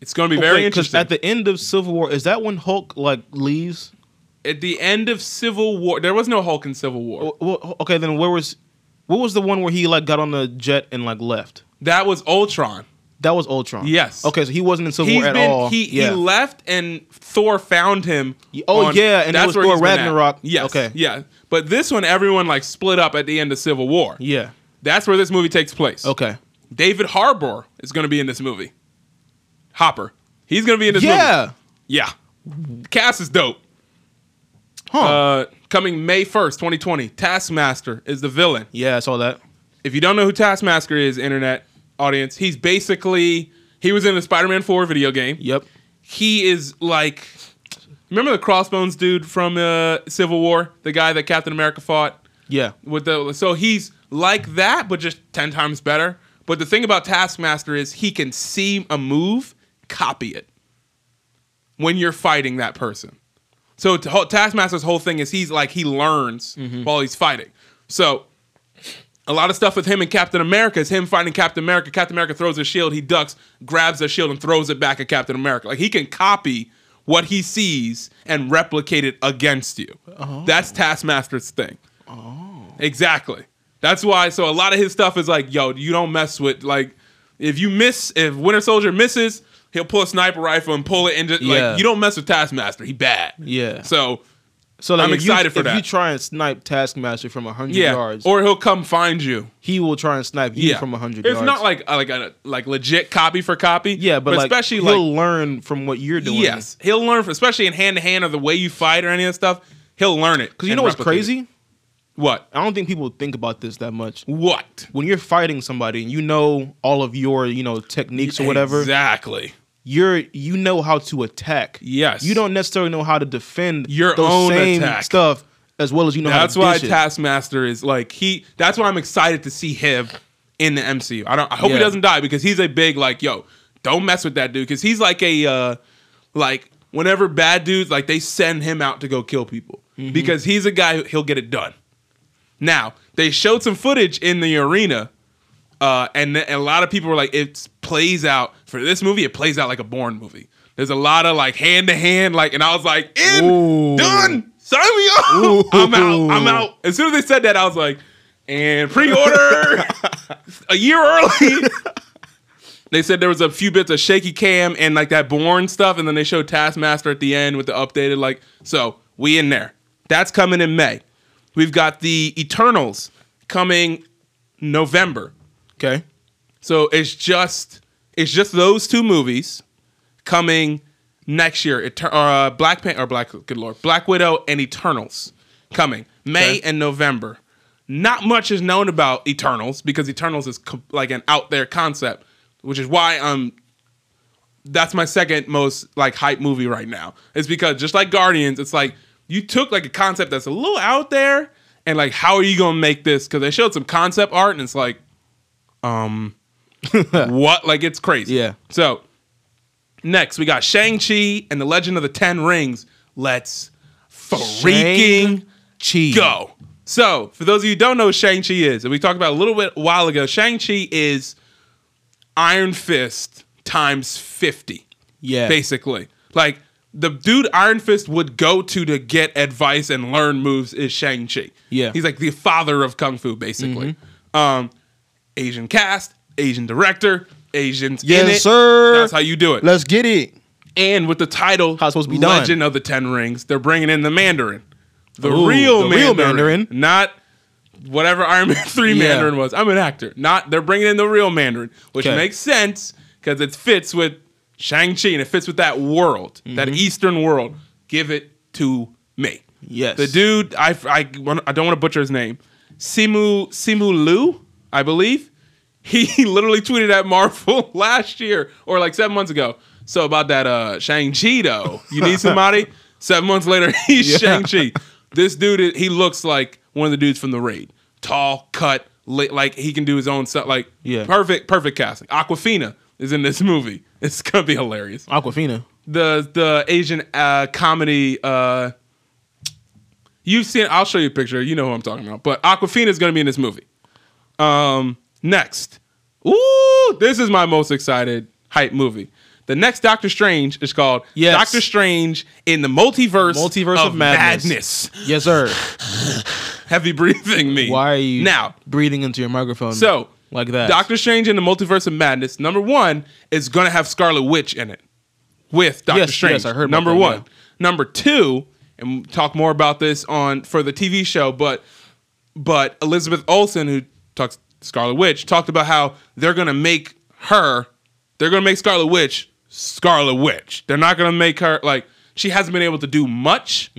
Speaker 2: It's gonna be very
Speaker 3: Wait, 'cause
Speaker 2: interesting.
Speaker 3: At the end of Civil War, is that when Hulk like leaves?
Speaker 2: At the end of Civil War, there was no Hulk in Civil War.
Speaker 3: Well, okay, then where was what was the one where he like got on the jet and like left?
Speaker 2: That was Ultron.
Speaker 3: That was Ultron.
Speaker 2: Yes.
Speaker 3: Okay, so he wasn't in Civil
Speaker 2: He's
Speaker 3: War at
Speaker 2: been
Speaker 3: all.
Speaker 2: he
Speaker 3: yeah.
Speaker 2: he left and Thor found him.
Speaker 3: Oh, yeah, and it was
Speaker 2: where
Speaker 3: Thor
Speaker 2: he's been at.
Speaker 3: Ragnarok.
Speaker 2: Yes.
Speaker 3: Okay.
Speaker 2: Yeah. But this one, everyone like split up at the end of Civil War.
Speaker 3: yeah.
Speaker 2: That's where this movie takes place.
Speaker 3: Okay.
Speaker 2: David Harbour is going to be in this movie. Hopper. He's going to be in this
Speaker 3: Yeah.
Speaker 2: movie. Yeah. Yeah. Cast is dope.
Speaker 3: Huh.
Speaker 2: Uh, coming May first, twenty twenty. Taskmaster is the villain.
Speaker 3: yeah, I saw that.
Speaker 2: If you don't know who Taskmaster is, internet audience, he's basically he was in the Spider-Man Four video game
Speaker 3: Yep.
Speaker 2: he is like remember the crossbones dude from uh, civil war the guy that captain america fought
Speaker 3: Yeah.
Speaker 2: with the so he's like that, but just 10 times better. But the thing about Taskmaster is he can see a move, copy it when you're fighting that person. So t- ho- Taskmaster's whole thing is he's like, he learns while he's fighting. So a lot of stuff with him and Captain America is him finding Captain America. Captain America throws his shield, he ducks, grabs the shield, and throws it back at Captain America. Like he can copy what he sees and replicate it against you. That's Taskmaster's thing. Exactly. That's why. So a lot of his stuff is like, yo, you don't mess with like, if you miss, if Winter Soldier misses, he'll pull a sniper rifle and pull it and just
Speaker 3: Yeah.
Speaker 2: like, you don't mess with Taskmaster. He bad.
Speaker 3: Yeah.
Speaker 2: So
Speaker 3: So like,
Speaker 2: I'm
Speaker 3: if you-
Speaker 2: excited for
Speaker 3: if
Speaker 2: that.
Speaker 3: you try and snipe Taskmaster from hundred
Speaker 2: yeah,
Speaker 3: yards,
Speaker 2: or he'll come find you.
Speaker 3: he will try and snipe you
Speaker 2: Yeah,
Speaker 3: from hundred
Speaker 2: It's
Speaker 3: yards.
Speaker 2: not like uh, like a like legit copy for copy.
Speaker 3: yeah, but, like,
Speaker 2: especially
Speaker 3: he'll
Speaker 2: like
Speaker 3: learn from what you're doing.
Speaker 2: yes, he'll learn from, especially in hand to hand or the way you fight or any of that stuff. He'll learn it.
Speaker 3: because you
Speaker 2: and
Speaker 3: know what's
Speaker 2: replicate it.
Speaker 3: crazy?
Speaker 2: What?
Speaker 3: I don't think people think about this that much.
Speaker 2: What?
Speaker 3: When you're fighting somebody and you know all of your you know techniques or whatever,
Speaker 2: Exactly.
Speaker 3: you're you know how to attack.
Speaker 2: Yes.
Speaker 3: you don't necessarily know how to defend
Speaker 2: Your
Speaker 3: those
Speaker 2: own
Speaker 3: same
Speaker 2: attack.
Speaker 3: stuff as well as you know.
Speaker 2: That's
Speaker 3: how to
Speaker 2: why
Speaker 3: dish it.
Speaker 2: Taskmaster is like he. That's why I'm excited to see him in the MCU. I don't. I hope
Speaker 3: Yeah.
Speaker 2: he doesn't die because he's a big like yo. Don't mess with that dude because he's like a uh, like whenever bad dudes like they send him out to go kill people
Speaker 3: Mm-hmm.
Speaker 2: because he's a guy who, he'll get it done. Now they showed some footage in the arena. Uh, and, th- and a lot of people were like, it plays out for this movie. It plays out like a Bourne movie. There's a lot of like hand to hand, like, and I was like, in,
Speaker 3: Ooh.
Speaker 2: done, sign me up. I'm out. I'm out. As soon as they said that, I was like, and pre-order a year early. they said there was a few bits of shaky cam and like that Bourne stuff, and then they showed Taskmaster at the end with the updated like. So we in there. That's coming in May. We've got the Eternals coming November.
Speaker 3: okay.
Speaker 2: So it's just it's just those two movies coming next year. Eter- uh, Black Pan- or Black Good Lord, Black Widow and Eternals coming May and November. Not much is known about Eternals because Eternals is co- like an out there concept, which is why um that's my second most like hype movie right now. It's because just like Guardians, it's like you took like a concept that's a little out there and like how are you gonna make this? Because they showed some concept art and it's like um, what? Like it's crazy.
Speaker 3: Yeah.
Speaker 2: So next we got Shang Chi and the Legend of the Ten Rings. Let's freaking
Speaker 3: Cheese.
Speaker 2: go. So for those of you who don't know, who Shang Chi is, and we talked about it a little bit a while ago. Shang Chi is Iron Fist times fifty
Speaker 3: Yeah.
Speaker 2: basically. Like the dude Iron Fist would go to to get advice and learn moves is Shang Chi.
Speaker 3: Yeah. Mm-hmm.
Speaker 2: he's like the father of kung fu, basically. Um, Asian cast, Asian director, Asians. in
Speaker 3: Yes,
Speaker 2: it.
Speaker 3: sir.
Speaker 2: That's how you do it.
Speaker 3: Let's get it.
Speaker 2: and with the title,
Speaker 3: How it's supposed to be done.
Speaker 2: Legend of the Ten Rings, they're bringing in the Mandarin, the
Speaker 3: Ooh,
Speaker 2: real
Speaker 3: the real
Speaker 2: Mandarin,
Speaker 3: Mandarin.
Speaker 2: not. Whatever Iron Man 3
Speaker 3: Yeah.
Speaker 2: Mandarin was. I'm an actor. Not they're bringing in the real Mandarin, which
Speaker 3: Okay.
Speaker 2: makes sense because it fits with Shang-Chi and it fits with that world,
Speaker 3: Mm-hmm.
Speaker 2: that Eastern world. Give it to me.
Speaker 3: Yes.
Speaker 2: The dude, I, I, wanna- I don't want to butcher his name. Simu, Simu Liu, I believe. He literally tweeted at Marvel last year or like seven months ago. So about that uh, Shang-Chi though, you need somebody? seven months later, he's Shang-Chi. This dude, he looks like one of the dudes from The Raid. Tall, cut, li- like he can do his own stuff. Like
Speaker 3: Yeah.
Speaker 2: perfect, perfect casting. Aquafina is in this movie. It's gonna be hilarious
Speaker 3: Aquafina.
Speaker 2: the the Asian uh, comedy. Uh, you've seen. I'll show you a picture. You know who I'm talking about. But Aquafina is going to be in this movie. Um, next, ooh, this is my most excited hype movie. The next Doctor Strange is called
Speaker 3: Yes.
Speaker 2: Doctor Strange in the Multiverse,
Speaker 3: Multiverse of Madness.
Speaker 2: Madness.
Speaker 3: Yes, sir.
Speaker 2: Heavy breathing me.
Speaker 3: Why are you
Speaker 2: now?
Speaker 3: breathing into your microphone?
Speaker 2: So
Speaker 3: like that.
Speaker 2: Doctor Strange in the Multiverse of Madness, number one, is gonna have Scarlet Witch in it. With Doctor
Speaker 3: Yes,
Speaker 2: Strange.
Speaker 3: yes, I heard about
Speaker 2: number
Speaker 3: that,
Speaker 2: one.
Speaker 3: yeah.
Speaker 2: Number two, and we'll talk more about this on for the TV show, but but Elizabeth Olsen, who talks Scarlet Witch, talked about how they're gonna make her, they're gonna make Scarlet Witch Scarlet Witch. They're not gonna make her like she hasn't been able to do much.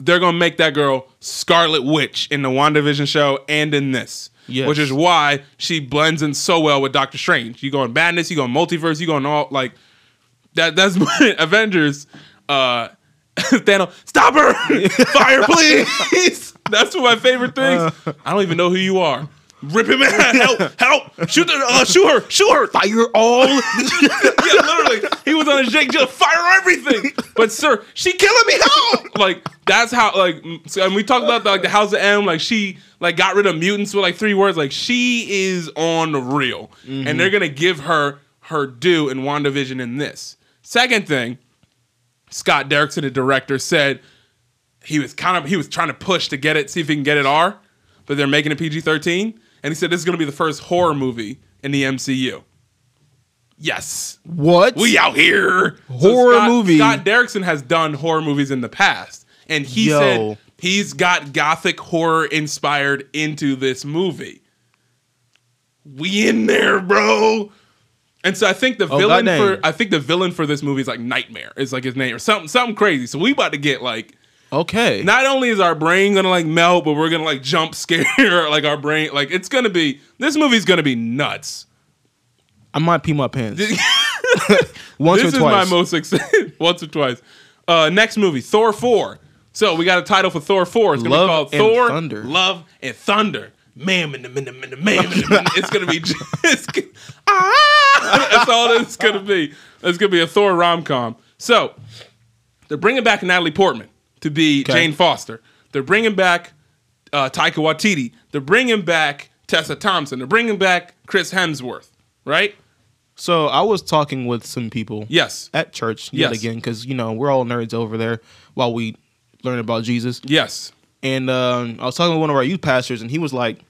Speaker 2: They're gonna make that girl Scarlet Witch in the WandaVision show and in this.
Speaker 3: Yes.
Speaker 2: Which is why she blends in so well with Doctor Strange. You go in madness, you go in multiverse, you go in all like that that's what Avengers uh Thanos, stop her! Fire, please! That's one of my favorite things.
Speaker 3: Uh.
Speaker 2: I don't even know who you are. Rip him out. Help! Help! Shoot! The, uh, shoot her! Shoot her!
Speaker 3: Fire all.
Speaker 2: yeah, literally. He was on a Jake Jill, fire everything. But sir, she killing me how? Like that's how like mm, so- and we talked about like the House of M, like she like got rid of mutants with like three words. Like she is on the real. And they're gonna give her her due in WandaVision in this. Second thing, Scott Derrickson, the director, said he was kind of he was trying to push to get it, see if he can get it R, but they're making it PG thirteen. And he said this is gonna be the first horror movie in the MCU. Yes.
Speaker 3: what?
Speaker 2: We out here. So
Speaker 3: Horror
Speaker 2: Scott,
Speaker 3: movie.
Speaker 2: Scott Derrickson has done horror movies in the past, and he
Speaker 3: Yo.
Speaker 2: said he's got gothic horror inspired into this movie. We in there, bro. And so I think the
Speaker 3: Oh,
Speaker 2: villain
Speaker 3: goddamn.
Speaker 2: for I think the villain for this movie is like Nightmare. Is like his name or something something crazy. So we about to get like
Speaker 3: okay.
Speaker 2: not only is our brain gonna like melt, but we're gonna like jump scare like our brain like it's gonna be this movie's gonna be nuts.
Speaker 3: I might pee my pants. Once
Speaker 2: this
Speaker 3: or
Speaker 2: is
Speaker 3: twice.
Speaker 2: my most excited once or twice. Uh, next movie, Thor four. So we got a title for Thor four. It's gonna
Speaker 3: Love
Speaker 2: be called
Speaker 3: and
Speaker 2: Thor,
Speaker 3: Thunder.
Speaker 2: Love and Thunder. Man, man, man, man, man, man. It's gonna be just, ah! That's all it's gonna be. It's gonna be a Thor rom com. So they're bringing back Natalie Portman to be
Speaker 3: Okay.
Speaker 2: Jane Foster. They're bringing back uh, Taika Waititi. They're bringing back Tessa Thompson. They're bringing back Chris Hemsworth. Right?
Speaker 3: so I was talking with some people.
Speaker 2: Yes.
Speaker 3: At church yet
Speaker 2: Yes.
Speaker 3: again, because you know we're all nerds over there while we learn about Jesus.
Speaker 2: Yes.
Speaker 3: And um, I was talking to one of our youth pastors, and he was like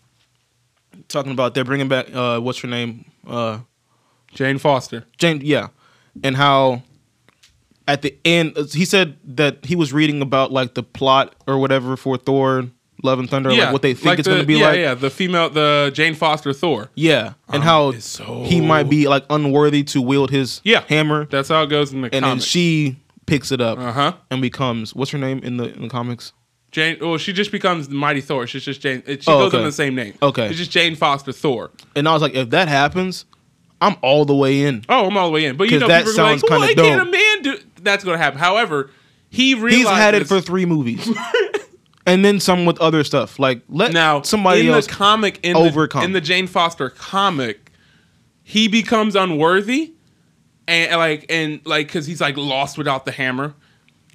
Speaker 3: talking about they're bringing back uh, what's her name, uh,
Speaker 2: Jane Foster.
Speaker 3: Jane, yeah, and how at the end he said that he was reading about like the plot or whatever for Thor, Love and Thunder, like what they think
Speaker 2: like
Speaker 3: it's
Speaker 2: the-
Speaker 3: going to be
Speaker 2: yeah,
Speaker 3: like.
Speaker 2: Yeah, the female, the Jane Foster Thor.
Speaker 3: Yeah, and
Speaker 2: Um,
Speaker 3: how
Speaker 2: it's so-
Speaker 3: he might be like unworthy to wield his
Speaker 2: Yeah.
Speaker 3: hammer,
Speaker 2: That's how it goes in the
Speaker 3: and then
Speaker 2: comics.
Speaker 3: she picks it up
Speaker 2: uh huh.
Speaker 3: and becomes what's her name in the in the comics?
Speaker 2: Jane. Well, she just becomes Mighty Thor. She's just Jane. It, she
Speaker 3: Oh,
Speaker 2: goes
Speaker 3: okay.
Speaker 2: under the same name.
Speaker 3: Okay.
Speaker 2: It's just Jane Foster Thor.
Speaker 3: And I was like, if that happens, I'm all the way in.
Speaker 2: Oh, I'm all the way in. But you
Speaker 3: 'Cause
Speaker 2: know,
Speaker 3: that
Speaker 2: people are gonna be
Speaker 3: sounds
Speaker 2: like, why
Speaker 3: kinda
Speaker 2: can't
Speaker 3: dope."
Speaker 2: a man do? That's gonna happen. However, he
Speaker 3: He's
Speaker 2: realizes
Speaker 3: had it for three movies, and then some with other stuff. Like let
Speaker 2: now
Speaker 3: somebody
Speaker 2: in
Speaker 3: else.
Speaker 2: the comic in
Speaker 3: overcome.
Speaker 2: the, in the Jane Foster comic, he becomes unworthy, and like and like because he's like lost without the hammer,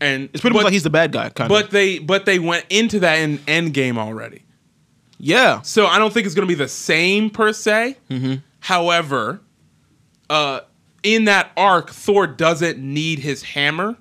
Speaker 2: and
Speaker 3: it's pretty much
Speaker 2: but-
Speaker 3: like he's the bad guy, kind
Speaker 2: But
Speaker 3: of.
Speaker 2: they but they went into that in Endgame already.
Speaker 3: Yeah,
Speaker 2: So I don't think it's going to be the same per se.
Speaker 3: Mm-hmm.
Speaker 2: However, uh, in that arc, Thor doesn't need his hammer.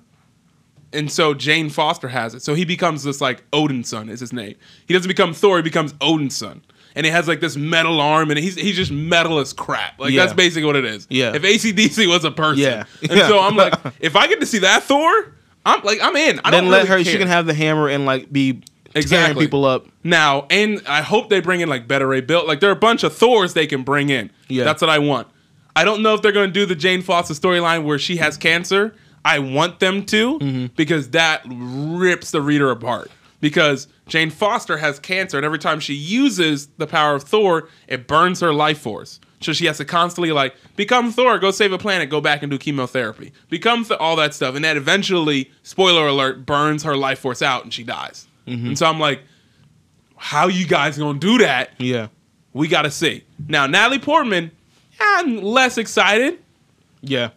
Speaker 2: And so Jane Foster has it. So he becomes this like Odin's son is his name. He doesn't become Thor, he becomes Odin's son. And he has like this metal arm and he's he's just metal as crap. Like
Speaker 3: Yeah.
Speaker 2: that's basically what it is.
Speaker 3: Yeah.
Speaker 2: If ACDC was a person.
Speaker 3: Yeah.
Speaker 2: And so I'm like, if I get to see that Thor, I'm like, I'm in. I
Speaker 3: then
Speaker 2: don't
Speaker 3: let
Speaker 2: really
Speaker 3: her. She
Speaker 2: care.
Speaker 3: can have the hammer and like be tearing
Speaker 2: Exactly.
Speaker 3: people up.
Speaker 2: Now, and I hope they bring in like Better Ray Bill. Like there are a bunch of Thors they can bring in.
Speaker 3: Yeah.
Speaker 2: That's what I want. I don't know if they're going to do the Jane Foster storyline where she has cancer. I want them to because that rips the reader apart. Because Jane Foster has cancer, and every time she uses the power of Thor, it burns her life force. So she has to constantly like become Thor, go save a planet, go back and do chemotherapy, become th- all that stuff, and that eventually, spoiler alert, burns her life force out, and she dies. And so I'm like, how you guys gonna do that?
Speaker 3: Yeah,
Speaker 2: We gotta see. Now, Natalie Portman, I'm less excited.
Speaker 3: yeah.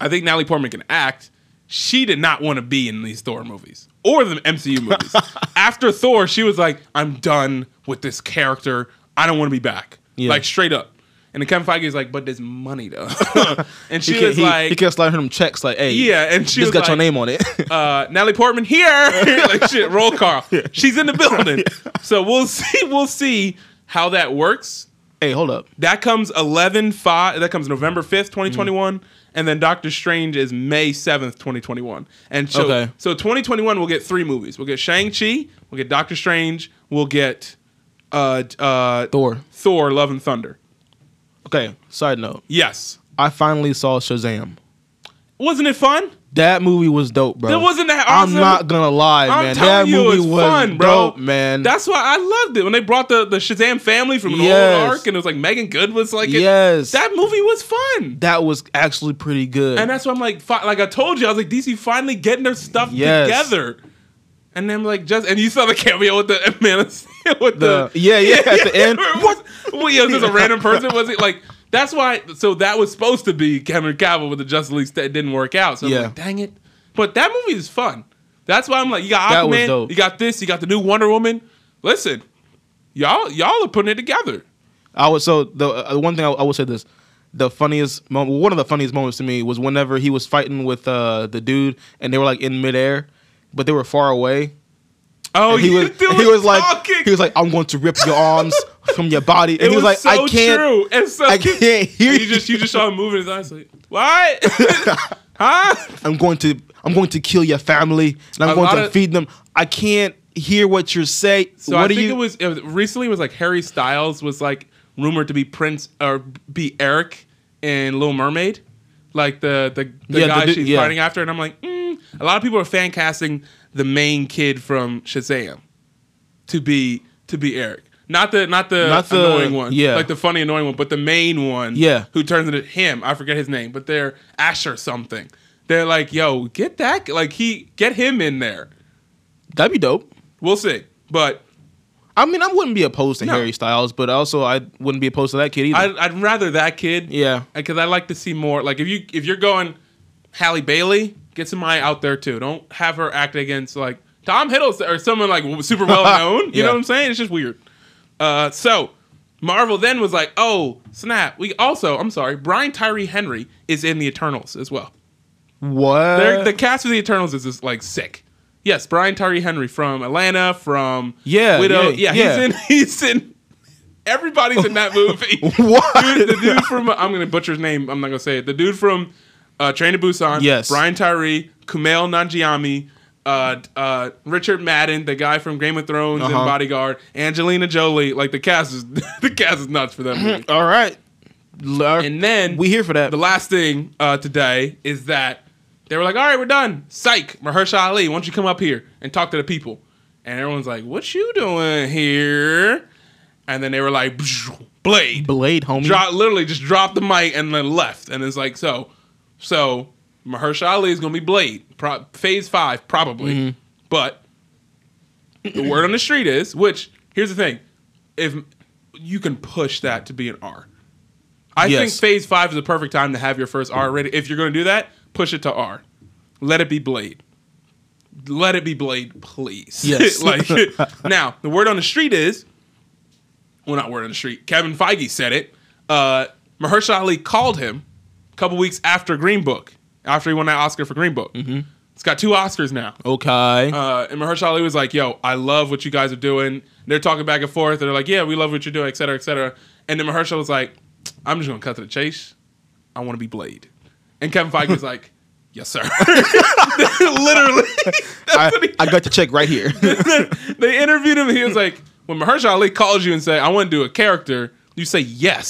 Speaker 2: I think Natalie Portman can act. She did not want to be in these Thor movies or the MCU movies. After Thor, she was like, I'm done with this character. I don't want to be back.
Speaker 3: Yeah.
Speaker 2: Like, straight up. And then Kevin Feige is like, but there's money though. and she
Speaker 3: He, kept-
Speaker 2: was
Speaker 3: he,
Speaker 2: like,
Speaker 3: he kept sliding them checks like, hey,
Speaker 2: Yeah, and she
Speaker 3: just
Speaker 2: was
Speaker 3: got your
Speaker 2: like-
Speaker 3: name on it.
Speaker 2: uh, Natalie Portman here. like shit, roll call. She's in the building. So we'll see. We'll see how that works.
Speaker 3: hey, hold up.
Speaker 2: That comes 11 5 that comes November
Speaker 3: Mm-hmm.
Speaker 2: 5th, 2021, and then Doctor Strange is May 7th, 2021. And so
Speaker 3: Okay.
Speaker 2: so 2021 we'll get three movies. We'll get Shang-Chi, we'll get Doctor Strange, we'll get uh uh
Speaker 3: Thor.
Speaker 2: Thor Love and Thunder.
Speaker 3: Okay. Side note.
Speaker 2: Yes.
Speaker 3: I finally saw Shazam.
Speaker 2: Wasn't it fun?
Speaker 3: That movie was dope, bro.
Speaker 2: That wasn't that awesome?
Speaker 3: I'm not gonna lie,
Speaker 2: I'm
Speaker 3: man. That
Speaker 2: telling you,
Speaker 3: movie
Speaker 2: it's
Speaker 3: was
Speaker 2: fun, bro.
Speaker 3: dope, man.
Speaker 2: That's why I loved it when they brought the, the Shazam family from an
Speaker 3: Yes.
Speaker 2: old arc, and it was like Megan Good was like, it.
Speaker 3: Yes.
Speaker 2: that movie was fun.
Speaker 3: that was actually pretty good.
Speaker 2: And that's why I'm like, fi- like I told you, I was like, DC finally getting their stuff
Speaker 3: Yes.
Speaker 2: together. And then like just and you saw the cameo with the man of Steel with
Speaker 3: The-
Speaker 2: the,
Speaker 3: yeah, yeah, at the end.
Speaker 2: What? Well, yeah, was this a random person? Was it like that's why? So that was supposed to be Cameron Cavill with the Justice League that didn't work out. So I'm
Speaker 3: Yeah.
Speaker 2: like, dang it. But that movie is fun. That's why I'm like, you got
Speaker 3: That was
Speaker 2: Aquaman,
Speaker 3: dope.
Speaker 2: you got this, you got the new Wonder Woman. Listen, y'all y'all are putting it together.
Speaker 3: I would so the uh, one thing I, I would say this. The funniest moment, one of the funniest moments to me was whenever he was fighting with uh, the dude, and they were like in midair, but they were far away.
Speaker 2: Oh,
Speaker 3: And he
Speaker 2: you
Speaker 3: was,
Speaker 2: do
Speaker 3: he
Speaker 2: it
Speaker 3: was like,
Speaker 2: talking.
Speaker 3: he was like, I'm going to rip your arms from your body, and
Speaker 2: It
Speaker 3: he was, like,
Speaker 2: so
Speaker 3: I can't,
Speaker 2: True. And so
Speaker 3: I can't hear
Speaker 2: and
Speaker 3: you.
Speaker 2: you. Just you just saw him moving his eyes like, what? huh?
Speaker 3: I'm going to, I'm going to kill your family, and I'm
Speaker 2: A
Speaker 3: going
Speaker 2: lot
Speaker 3: to
Speaker 2: of-
Speaker 3: feed them. I can't hear what you're saying.
Speaker 2: So
Speaker 3: what
Speaker 2: I
Speaker 3: do
Speaker 2: think
Speaker 3: you?
Speaker 2: it was it was- recently. It was like Harry Styles was like rumored to be Prince or be Eric in Little Mermaid, like the the, the
Speaker 3: Yeah, the
Speaker 2: guy
Speaker 3: du-
Speaker 2: she's
Speaker 3: yeah.
Speaker 2: fighting after. And I'm like, mm. a lot of people are fan casting the main kid from Shazam to be to be Eric. Not the not the
Speaker 3: Not the-
Speaker 2: annoying one,
Speaker 3: yeah.
Speaker 2: like the funny annoying one, but the main one,
Speaker 3: Yeah.
Speaker 2: who turns into him. I forget his name, but they're Asher something. They're like, yo, get that, like he get him in there.
Speaker 3: That'd be dope.
Speaker 2: We'll see, but
Speaker 3: I mean, I wouldn't be opposed to
Speaker 2: No.
Speaker 3: Harry Styles, but also I wouldn't be opposed to that kid either.
Speaker 2: I'd, I'd rather that kid.
Speaker 3: yeah,
Speaker 2: Because I like to see more. Like if you if you're going, Halle Bailey, get somebody out there too. Don't have her act against like Tom Hiddleston or someone like super well known. You
Speaker 3: Yeah.
Speaker 2: know what I'm saying? It's just weird. Uh, so Marvel then was like, oh snap. We also I'm sorry, Brian Tyree Henry is in the Eternals as well.
Speaker 3: what?
Speaker 2: They're- the cast for the Eternals is just like sick. Yes, Brian Tyree Henry from Atlanta, from
Speaker 3: Yeah,
Speaker 2: Widow.
Speaker 3: yeah,
Speaker 2: Yeah,
Speaker 3: yeah.
Speaker 2: he's in. He's in. Everybody's in that movie.
Speaker 3: What?
Speaker 2: Dude, the dude from I'm gonna butcher his name. I'm not gonna say it. The dude from uh, Train to Busan.
Speaker 3: Yes.
Speaker 2: Brian Tyree, Kumail Nanjiani, uh, uh, Richard Madden, the guy from Game of Thrones and
Speaker 3: Uh-huh.
Speaker 2: Bodyguard, Angelina Jolie. Like the cast is the cast is nuts for that movie.
Speaker 3: All right. Lar-
Speaker 2: And then
Speaker 3: we here for that.
Speaker 2: The last thing uh, today is that they were like, "All right, we're done." Psych, Mahershala Ali, why don't you come up here and talk to the people? And everyone's like, "What you doing here?" And then they were like, "Blade,
Speaker 3: Blade, homie.
Speaker 2: Dro- literally just dropped the mic and then left. And it's like, so, so Mahershala Ali is gonna be Blade, pro- Phase Five probably. But the word on the street is, which here's the thing, if you can push that to be an R, I think
Speaker 3: Yes.
Speaker 2: Phase Five is the perfect time to have your first R rated. If you're gonna do that, push it to R. Let it be Blade. Let it be Blade, please.
Speaker 3: Yes.
Speaker 2: like now, the word on the street is well, not word on the street. Kevin Feige said it. Uh, Mahershala Ali called him a couple weeks after Green Book, after he won that Oscar for Green Book. It's got two Oscars now.
Speaker 3: Okay.
Speaker 2: Uh, and Mahershala Ali was like, "Yo, I love what you guys are doing." They're talking back and forth. They're like, "Yeah, we love what you're doing, et cetera, et cetera." And then Mahershala was like, "I'm just gonna cut to the chase. I want to be Blade." And Kevin Feige was like, "Yes, sir." Literally, that's
Speaker 3: I,
Speaker 2: what he
Speaker 3: I got the check right here.
Speaker 2: they interviewed him. And he was like, when Mahershala Ali calls you and say, "I want to do a character," you say yes.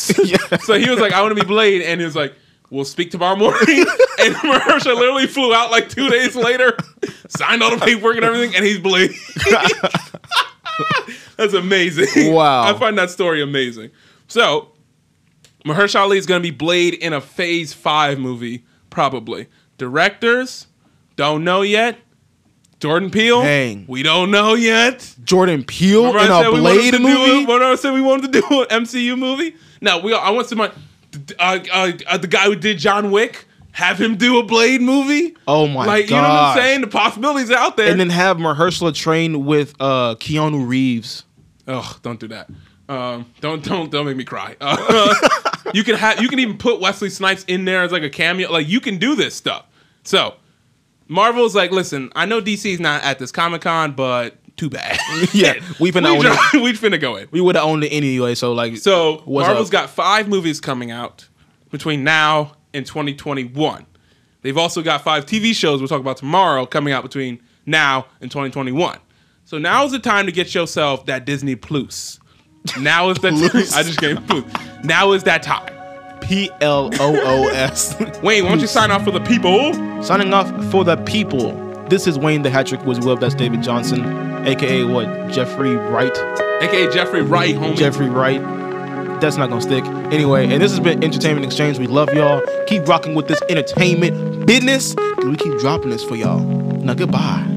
Speaker 2: So he was like, "I want to be Blade," and he was like, "We'll speak tomorrow morning." and Mahershala literally flew out like two days later, signed all the paperwork and everything, and he's Blade. That's amazing.
Speaker 3: Wow.
Speaker 2: I find that story amazing. So Mahershala Ali is going to be Blade in a Phase Five movie, probably. Directors don't know yet. Jordan Peele,
Speaker 3: Dang.
Speaker 2: we don't know yet.
Speaker 3: Jordan Peele in
Speaker 2: Remember I
Speaker 3: a
Speaker 2: said we wanted
Speaker 3: Blade
Speaker 2: to do a-
Speaker 3: movie.
Speaker 2: Remember I said we wanted to do an MCU movie. Now we, I want somebody, uh, uh, uh, the guy who did John Wick, have him do a Blade movie.
Speaker 3: Oh my
Speaker 2: like you know what I'm
Speaker 3: gosh.
Speaker 2: saying? The possibilities out there.
Speaker 3: And then have Mahershala train with uh, Keanu Reeves.
Speaker 2: Oh, don't do that. Um, don't don't don't make me cry. Uh, you can have you can even put Wesley Snipes in there as like a cameo. Like you can do this stuff. So Marvel's like, listen, I know DC's not at this Comic Con, but too bad.
Speaker 3: Yeah, we finna
Speaker 2: we,
Speaker 3: own
Speaker 2: try- we finna go in.
Speaker 3: We would have owned it anyway. So like,
Speaker 2: So
Speaker 3: What's
Speaker 2: Marvel's
Speaker 3: up?
Speaker 2: got five movies coming out between now and 2021. They've also got five TV shows we'll talk about tomorrow coming out between now and 2021. So now is the time to get yourself that Disney Plus. Now is the
Speaker 3: Plus.
Speaker 2: time. I just came. Plus. Now is that time.
Speaker 3: P L O O S.
Speaker 2: Wayne, why don't you sign off for the people?
Speaker 3: Signing off for the people. This is Wayne the Hatrick was Web. That's David Johnson, aka what Jeffrey Wright.
Speaker 2: AKA Jeffrey Wright, homie.
Speaker 3: Jeffrey Wright. That's not gonna stick. Anyway, and this has been Entertainment Exchange. We love y'all. Keep rocking with this entertainment business. And we keep dropping this for y'all. Now goodbye.